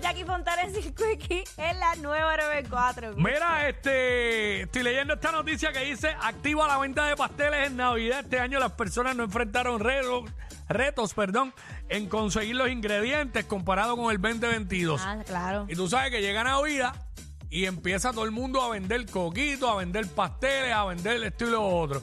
Jackie Fontanes y Quickie en la nueva 94. Mira, este, estoy leyendo esta noticia que dice, activa la venta de pasteles en Navidad. Este año las personas no enfrentaron reto- retos perdón, en conseguir los ingredientes comparado con el 2022. Ah, claro. Y tú sabes que llega Navidad y empieza todo el mundo a vender coquitos, a vender pasteles, a vender esto y lo otro.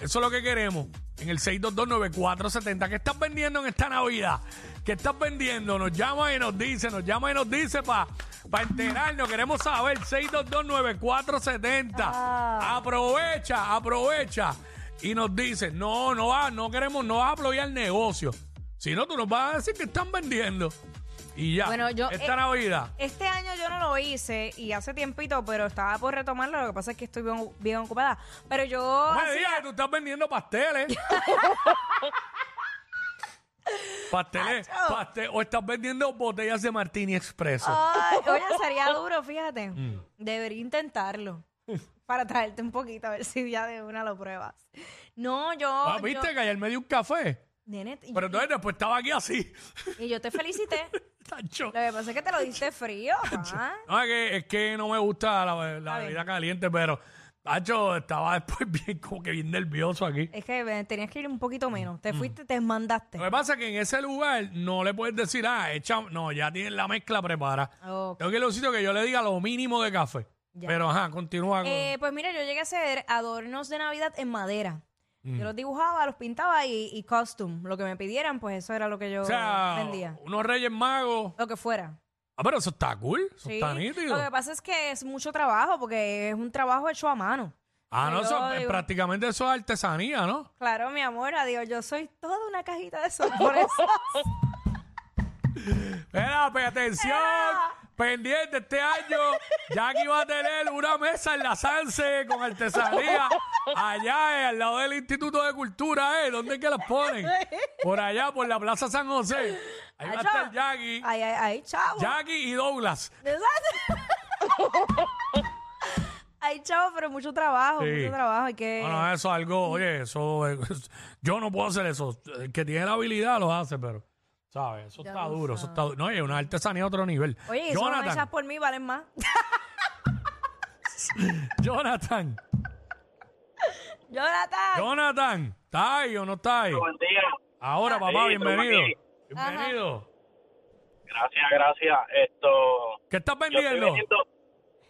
Eso es lo que queremos. En el 6229470. ¿Qué estás vendiendo en esta Navidad? ¿Qué estás vendiendo? Nos llama y nos dice, nos llama y nos dice para enterarnos. Queremos saber. 6229470. Ah. Aprovecha, aprovecha. Y nos dice, no, no va, no queremos, no vas a apoyar el negocio. Si no, tú nos vas a decir que están vendiendo. Y ya. Bueno, yo- esta eh, Navidad. Este año yo no lo hice y hace tiempito, pero estaba por retomarlo. Lo que pasa es que estoy bien, bien ocupada. Pero yo. No me hacía- digas que tú estás vendiendo pasteles. pasteles, Acho. paste- o estás vendiendo botellas de Martini Expreso. Ay, oye, sería duro, fíjate. Mm. Debería intentarlo. Para traerte un poquito, a ver si ya de una lo pruebas. No, yo. Ah, Oh, yo- ¿Viste que ayer me dio un café? Nene, y- Pero entonces después estaba aquí así. y yo te felicité. Tacho. Lo que pasa es que te lo diste frío, ah. papá. No, es que, es que no me gusta la, la Está bien. bebida caliente, pero Tacho estaba después bien, como que bien nervioso aquí. Es que eh, tenías que ir un poquito menos. Mm. Te fuiste, te mandaste. Lo que pasa es que en ese lugar no le puedes decir, ah, echa, no, ya tienen la mezcla preparada. Ah, Ok. Tengo que ir a un sitio que yo le diga lo mínimo de café. Ya. Pero ajá, continúa con. Eh, pues mira, yo llegué a hacer adornos de Navidad en madera. Mm. Yo los dibujaba, los pintaba y, y costume. Lo que me pidieran, pues eso era lo que yo O sea, vendía. unos reyes magos. Lo que fuera. Ah, pero eso está cool. Eso Sí. pues está Lo nítido. que pasa es que es mucho trabajo, porque es un trabajo hecho a mano. Ah, no, Yo eso, eh, digo- prácticamente eso es artesanía, ¿no? Claro, mi amor, adiós. Yo soy toda una cajita de sorpresas. Era, pues, atención. Pendiente este año. Jackie va a tener una mesa en la Sanse con artesanía. Allá, eh, al lado del Instituto de Cultura, ¿eh? ¿Dónde es que las ponen? Por allá, por la Plaza San José. Ahí va a Acho. estar Jackie. ay, ay, ay, chavo. Jackie y Douglas. Exacto. ay, chavo, pero mucho trabajo, Sí. mucho trabajo. Hay que... Bueno, eso es algo, oye, eso eh, yo no puedo hacer eso. El que tiene la habilidad lo hace, pero, ¿sabes? Eso está duro, eso está duro. No, oye, una artesanía a otro nivel. Oye, y si no me echas Jonathan, por mí, valen más. Jonathan, Jonathan. Jonathan, ¿está ahí o no está ahí? Buen día. Ahora, papá, Sí, bienvenido. estamos Ajá. Bienvenido. Gracias, gracias. Esto. ¿Qué estás Yo estoy vendiendo? vendiendo,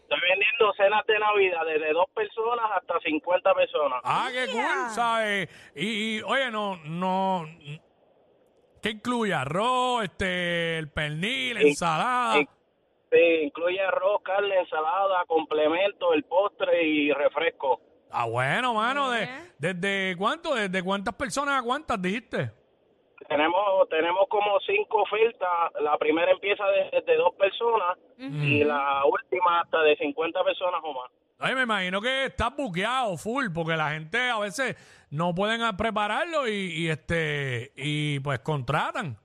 estoy vendiendo cenas de Navidad desde dos personas hasta 50 personas. Ah, qué cool, Mira. ¿sabes? Y, y, oye, no, no, ¿qué incluye? Arroz, este, el pernil, Sí. ensalada. Sí, sí, incluye arroz, carne, ensalada, complemento, el postre y refresco. Ah, bueno, mano, de, Bien. ¿desde cuánto? ¿Desde cuántas personas a cuántas dijiste? Tenemos tenemos como cinco ofertas. La primera empieza de- desde dos personas y la última hasta de 50 personas o más. Ay, me imagino que estás buqueado full, porque la gente a veces no pueden a- prepararlo y, y, este y pues contratan.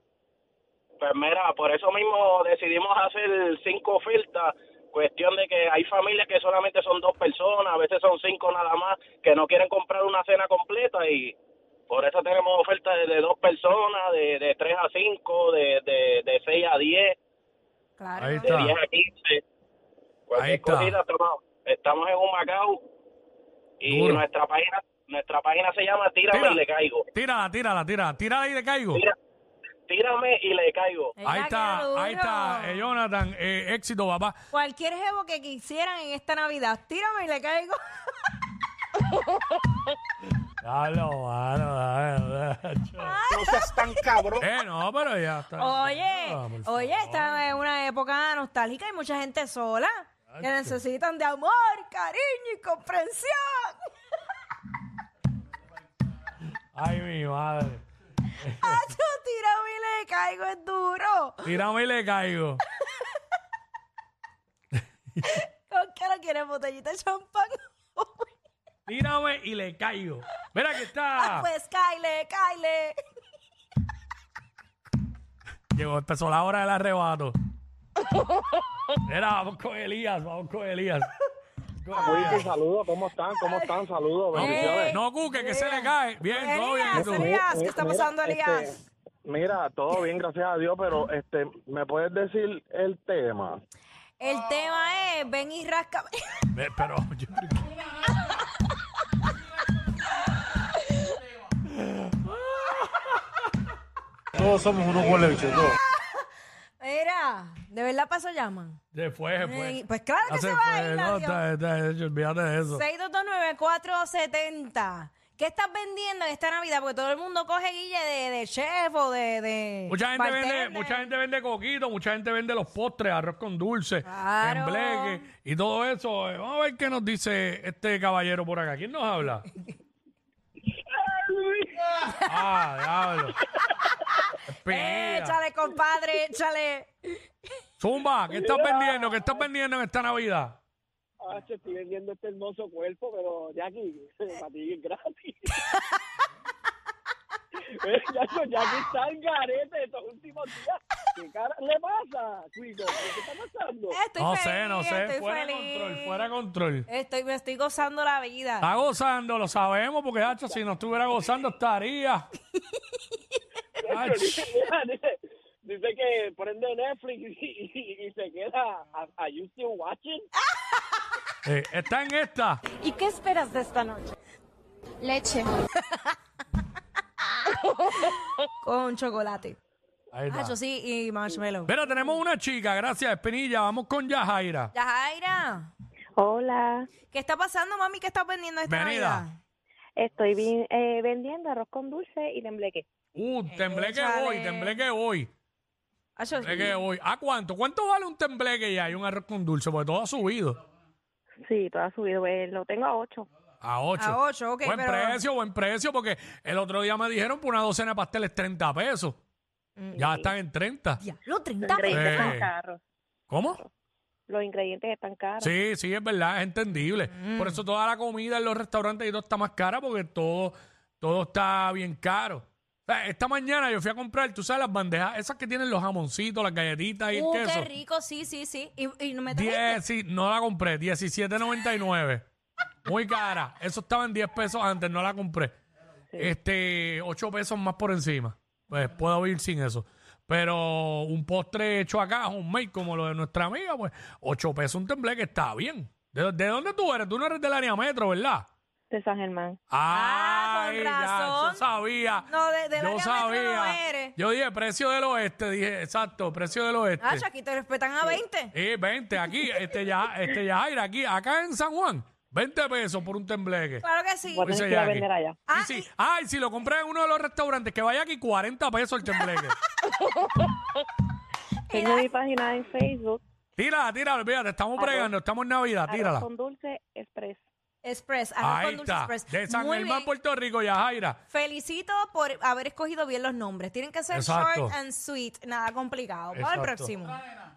Pues mira, por eso mismo decidimos hacer cinco ofertas. Cuestión de que hay familias que solamente son dos personas, a veces son cinco nada más, que no quieren comprar una cena completa y por eso tenemos ofertas de, de dos personas, de, de tres a cinco, de, de, de seis a diez, Claro. Ahí de Está. diez a quince. Cualquier Ahí está. cosita, estamos, estamos en un Macao y Duro. nuestra página nuestra página se llama Tírame Tira. y le caigo. Tírala, tírala, tírala, tírala y le caigo. Tira- tírame y le caigo. Mira Ahí ah, qué está, ahí duro. está, eh, Jonathan, eh, éxito, papá. Cualquier jevo que quisieran en esta Navidad, tírame y le caigo. Dalo, mano, dale, dale. No seas tan cabrón. Eh, no, pero ya está. Oye, Ah, por oye, favor. esta es una época nostálgica y mucha gente sola que Chacho. necesitan de amor, cariño y comprensión. Ay, mi madre. Acho, Ah, tírame y le caigo, es duro. Tírame y le caigo. ¿Con qué lo quieres? ¿Botellita de champán? Tírame y le caigo. Mira que Ah, está. pues, Kyle, Kyle. Llegó, empezó la hora del arrebato. Era, vamos con Elías, vamos con Elías. Saludos, saludos, ¿cómo están? ¿Cómo están? Saludos, No, bendiciones. no, Cuque, que se le cae. Bien, todo bien. Elías, tú. Elías, ¿qué está Mira, pasando, este, Elías? Mira, todo bien, gracias a Dios, pero este, ¿me puedes decir el tema? El tema es, ven y rascame. Ve, Pero yo- Todos somos unos huele bichos, todos. Mira, ¿de verdad paso llaman? se fue, se Eh, fue. pues claro Ah, que se, se va fue. a ir, No, adiós. está, está hecho, olvídate de eso. 6229470. ¿Qué estás vendiendo en esta Navidad? Porque todo el mundo coge guille de, de chef o de, de Mucha gente, vende, bartender. mucha gente vende coquito, mucha gente vende los postres, arroz con dulce, Claro. embleque y todo eso. Eh, Vamos a ver qué nos dice este caballero por acá. ¿Quién nos habla? ah, diablo. Eh, Espía. Échale, compadre, échale. Zumba, ¿qué estás vendiendo? ¿Qué estás vendiendo en esta Navidad? Ah, che, estoy vendiendo este hermoso cuerpo, pero Jackie, para ti es gratis. Eh, Chacho, Jackie está al garete estos últimos días. ¿Qué cara le pasa, chico? ¿Qué está pasando? Estoy no feliz, sé, no sé. Estoy Fuera de feliz. control, fuera de Ah. control. Estoy, me estoy gozando la vida. Está gozando, lo sabemos, porque hacho, si no estuviera gozando estaría. Ach. Mira, dice, dice que prende Netflix y, y- y se queda. "Are- ¿Are you still watching? Eh, está en esta. ¿Y qué esperas de esta noche? Leche. Con chocolate. Ahí está. Ah, yo sí, y marshmallow. Mira, tenemos una chica, gracias, Espinilla. Vamos con Yajaira. Yajaira, Hola, ¿qué está pasando, mami? ¿Qué estás vendiendo esta Venida. Navidad? estoy vi- eh, vendiendo arroz con dulce y tembleque. Uh, tembleque Échale. hoy, tembleque hoy. Ah, yo- Tembleque hoy. ¿A cuánto? ¿Cuánto vale un tembleque ya y un arroz con dulce? Porque todo ha subido. Sí, todo ha subido, eh, lo tengo a 8. A 8. A ocho, ok, Buen pero- precio, buen precio, porque el otro día me dijeron por una docena de pasteles 30 pesos. Mm, Ya están en 30. Diablo, 30 Los ingredientes Eh. están caros. ¿Cómo? Los ingredientes están caros. Sí, sí, es verdad, es entendible. Mm. Por eso toda la comida en los restaurantes y todo está más cara porque todo, todo está bien caro. O sea, esta mañana yo fui a comprar, tú sabes, las bandejas, esas que tienen los jamoncitos, las galletitas y el Uh, queso. qué rico, sí, sí, sí. Y, y no me trajiste. 10, sí, no la compré, 17.99. Muy cara. Eso estaba en 10 pesos antes, no la compré. Este, 8 pesos más por encima. Pues puedo vivir sin eso. Pero un postre hecho acá, homemade, como lo de nuestra amiga, pues 8 pesos un tembleque está bien. ¿De, de dónde tú eres? Tú no eres del área metro, ¿verdad? De San Germán. Ah, Ay, con ya, razón. yo sabía. No, de- del yo área metro sabía. no eres. Yo dije precio del oeste, dije, exacto, precio del oeste. Ah, aquí te respetan a 20. Eh, 20 aquí, este ya, este ya, Jaira, aquí, acá en San Juan, 20 pesos por un tembleque. Claro que sí. Ah, Voy a tener Dice que ir a Jackie. vender allá. Y si- ay, si lo compras en uno de los restaurantes, que vaya aquí 40 pesos el tembleque. Tengo mi página en Facebook, tírala, tírala, olvídate, estamos bregando, estamos en Navidad, arroz tírala. con dulce express. Express, arroz con Ahí dulce está, express. de San Muy Germán, bien. Puerto Rico, ya, Jaira. Felicito por haber escogido bien los nombres. Tienen que ser Exacto. short and sweet, nada complicado. Vamos al Exacto. próximo.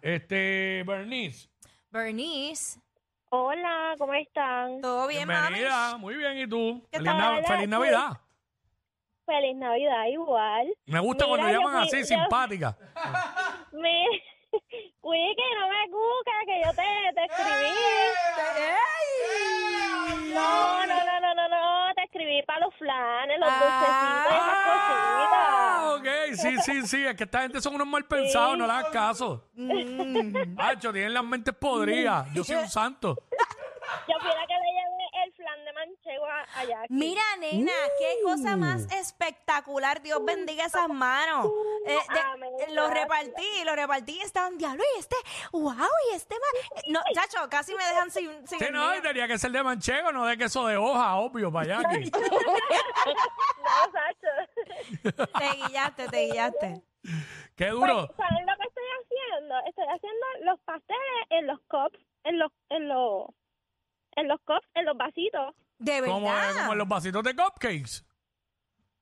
Este, Bernice, Bernice, Hola, ¿cómo están? ¿todo bien, mami? bienvenida, muy bien, ¿y tú? ¿Qué Feliz, tal? Nav- Hola, feliz sí. Navidad. Feliz Navidad igual. Me gusta Mira, cuando yo llaman fui- así, yo- simpática. Me... Cuide que no me cuca, que yo te, te escribí. No, no, no, no, no, no, te escribí para los flanes, los dulcecitos y esas Ah, cositas. ok, sí, sí, sí, es que esta gente son unos mal pensados, no le hagas caso. Mm. Hacho, tienen las mentes podridas. Yo soy un santo. Yo quiero que le lleve el flan de manchego a- allá. Mira, nena, qué cosa más espectacular. Dios bendiga esas manos. Eh, de- Amén, lo gracias. repartí, lo repartí. Estaban diablo y este, wow, y este ma- eh, No, chacho, casi me dejan sin. sin Sí, el no, mío. y tenía que ser de manchego, no de queso de hoja, obvio, para allá. aquí. No, Sacho. Te guillaste, te guillaste. Qué duro. Pues, ¿Saben lo que estoy haciendo? Estoy haciendo los pasteles en los cups, en los, en los, en los cups, en los vasitos. De verdad. Como, eh, como en los vasitos de cupcakes.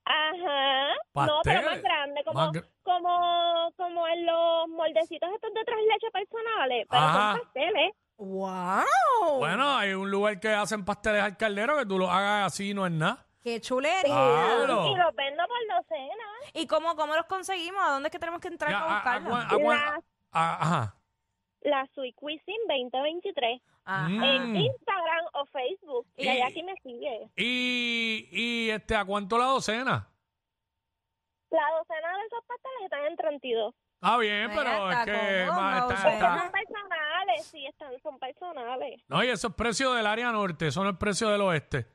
Ajá. No, pero más Pasteles. grande, como, Más gr- como, como en los moldecitos estos de tres leches pues, personales, pero Ajá. son pasteles. ¡Wow! Bueno, hay un lugar que hacen pasteles al caldero que tú lo hagas así y no es nada. Ah, ¡Qué chulería! Claro. Y los vendo por docena. ¿Y cómo, cómo los conseguimos? ¿A dónde es que tenemos que entrar Ya, para a- a- buscarlos? a- a- a- Ajá. La Sweet Cuisine 2023 Ajá. en Mm. Instagram o Facebook. Y Y- allá aquí me sigue. Y, y este, ¿a cuánto la docena? La docena de esos pasteles están en 32. Está bien, Mira, pero es está que cómodo, ma, está- José. está- Son personales, sí, están, son personales. No, y eso es precio del área norte, eso no es precio del oeste.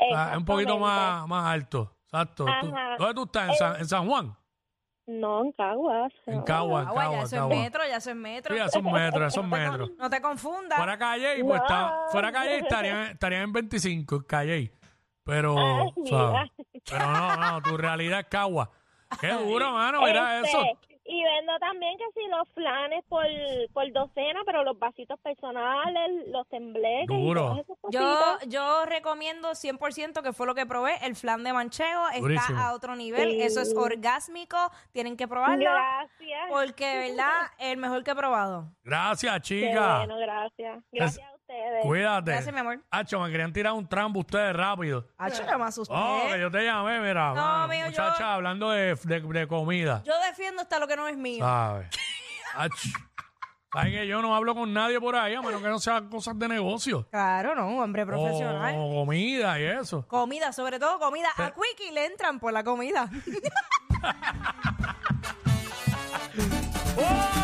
O sea, es un poquito Exactamente. más, más alto. Exacto. Tú- Ajá. ¿Dónde tú estás? ¿En San, en San Juan? No, en Caguas. En Cagua, en Agua, ya Cagua, eso es Cagua. metro, ya eso es metro. Sí, ya son metros, ya son No te con- metros. No te confundas. Fuera calle, y pues No. está- fuera calle estarían, estarían en 25, en calle. Pero, Ay, ¿sabes? mira. pero no, no, tu realidad es Cagua. Qué duro, mano, mira Este, eso. Y vendo también que si los flanes por, por docena, pero los vasitos personales, los tembleques. Duro. Y todas esas Yo, cositas. yo recomiendo 100% que fue lo que probé. El flan de manchego está Durísimo. a otro nivel. Sí. Eso es orgásmico. Tienen que probarlo. Gracias. Porque, ¿verdad? El mejor que he probado. Gracias, Qué chica. bueno, gracias. Gracias pues. a ustedes. Cuídate. Gracias, mi amor. Hacho, me querían tirar un trambo ustedes rápido. Ah, chica, me asusté. Oh, que yo te llamé, mira. No, mano, amigo, yo- muchacha, hablando de, de- de comida. Yo defiendo hasta lo que no es mío. ¿Sabes? Ach, ¿Sabes que yo no hablo con nadie por ahí, a menos que no sean cosas de negocio? Claro, no, un hombre profesional. O comida y eso. Comida, sobre todo comida. A Quickie le entran por la comida. ¡Oh!